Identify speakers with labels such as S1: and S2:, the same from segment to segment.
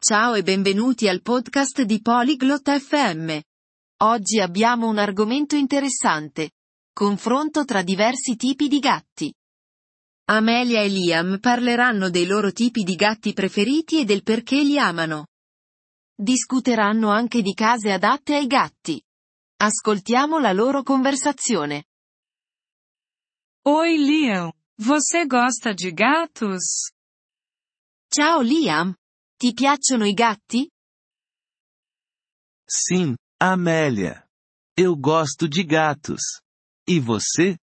S1: Ciao e benvenuti al podcast di Polyglot FM. Oggi abbiamo un argomento interessante. Confronto tra diversi tipi di gatti. Amelia e Liam parleranno dei loro tipi di gatti preferiti e del perché li amano. Discuteranno anche di case adatte ai gatti. Ascoltiamo la loro conversazione.
S2: Oi, Liam. Você gosta de gatos?
S1: Ciao Liam. Ti piacciono i gatti?
S3: Sim, Amélia. Eu gosto de gatos. E você?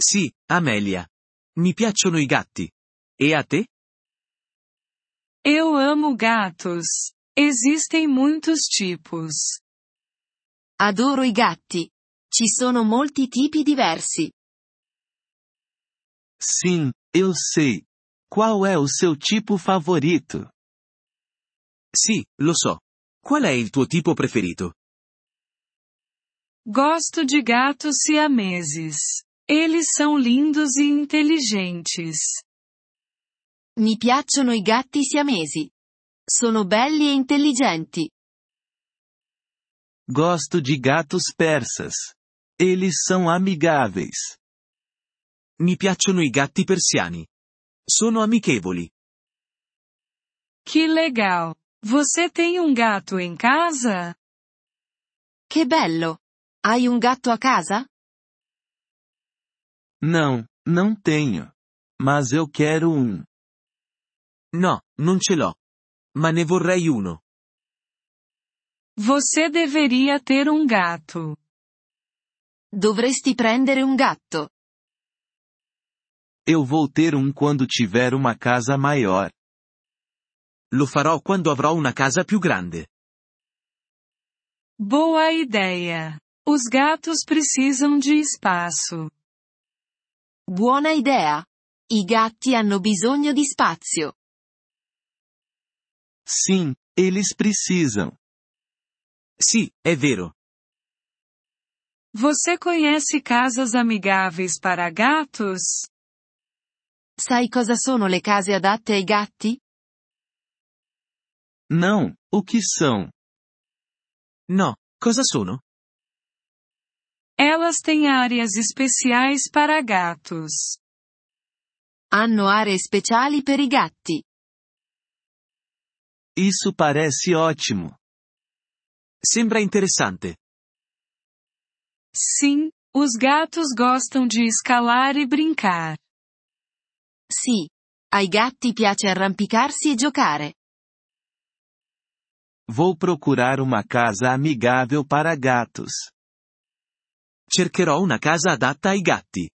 S4: Sì, Amelia. Mi piacciono i gatti. E a te?
S2: Eu amo gatos. Existem muitos tipos.
S1: Adoro i gatti. Ci sono molti tipi diversi.
S3: Sim, eu sei. Qual é o seu tipo favorito?
S4: Sì, lo so. Qual è il tuo tipo preferito?
S2: Gosto de gatos siameses. Eles são lindos e inteligentes.
S1: Mi piacciono i gatti siamesi. Sono belli e intelligenti.
S3: Gosto de gatos persas. Eles são amigáveis.
S4: Mi piacciono i gatti persiani. Sono amichevoli.
S2: Que legal! Você tem um gato em casa?
S1: Che bello! Hai un gatto a casa?
S3: Não, não tenho. Mas eu quero um.
S4: No, non ce l'ho. Ma ne vorrei uno.
S2: Você deveria ter um gato.
S1: Dovresti prendere un gatto.
S3: Eu vou ter um quando tiver uma casa maior.
S4: Lo farò quando avrò una casa più grande.
S2: Boa ideia! Os gatos precisam de espaço.
S1: Buona idea! I gatti hanno bisogno di spazio.
S3: Sim, eles precisam.
S4: Sì, è vero.
S2: Você conhece casas amigáveis para gatos?
S1: Sai cosa sono le case adatte ai gatti?
S3: Não, o que são?
S4: No, cosa sono?
S2: Elas têm áreas especiais para gatos.
S1: Hanno aree speciali per i gatti.
S3: Isso parece ótimo.
S4: Sembra interessante.
S2: Sim, os gatos gostam de escalar e brincar.
S1: Sì. Ai gatti piace arrampicarsi e giocare.
S3: Vou procurar uma casa amigável para gatos.
S4: Cercherò una casa adatta ai gatti.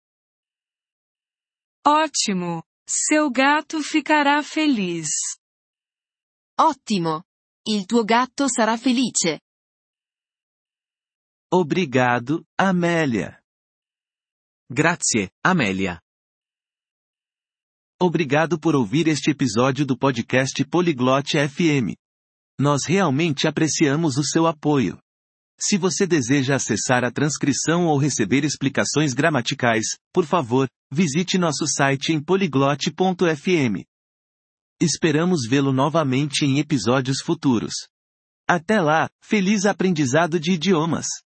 S2: Ótimo! Seu gato ficará feliz.
S1: Ottimo! Il tuo gatto sarà felice.
S3: Obrigado, Amélia.
S4: Grazie, Amelia.
S3: Obrigado por ouvir este episódio do podcast Poliglote FM. Nós realmente apreciamos o seu apoio. Se você deseja acessar a transcrição ou receber explicações gramaticais, por favor, visite nosso site em poliglote.fm. Esperamos vê-lo novamente em episódios futuros. Até lá, feliz aprendizado de idiomas!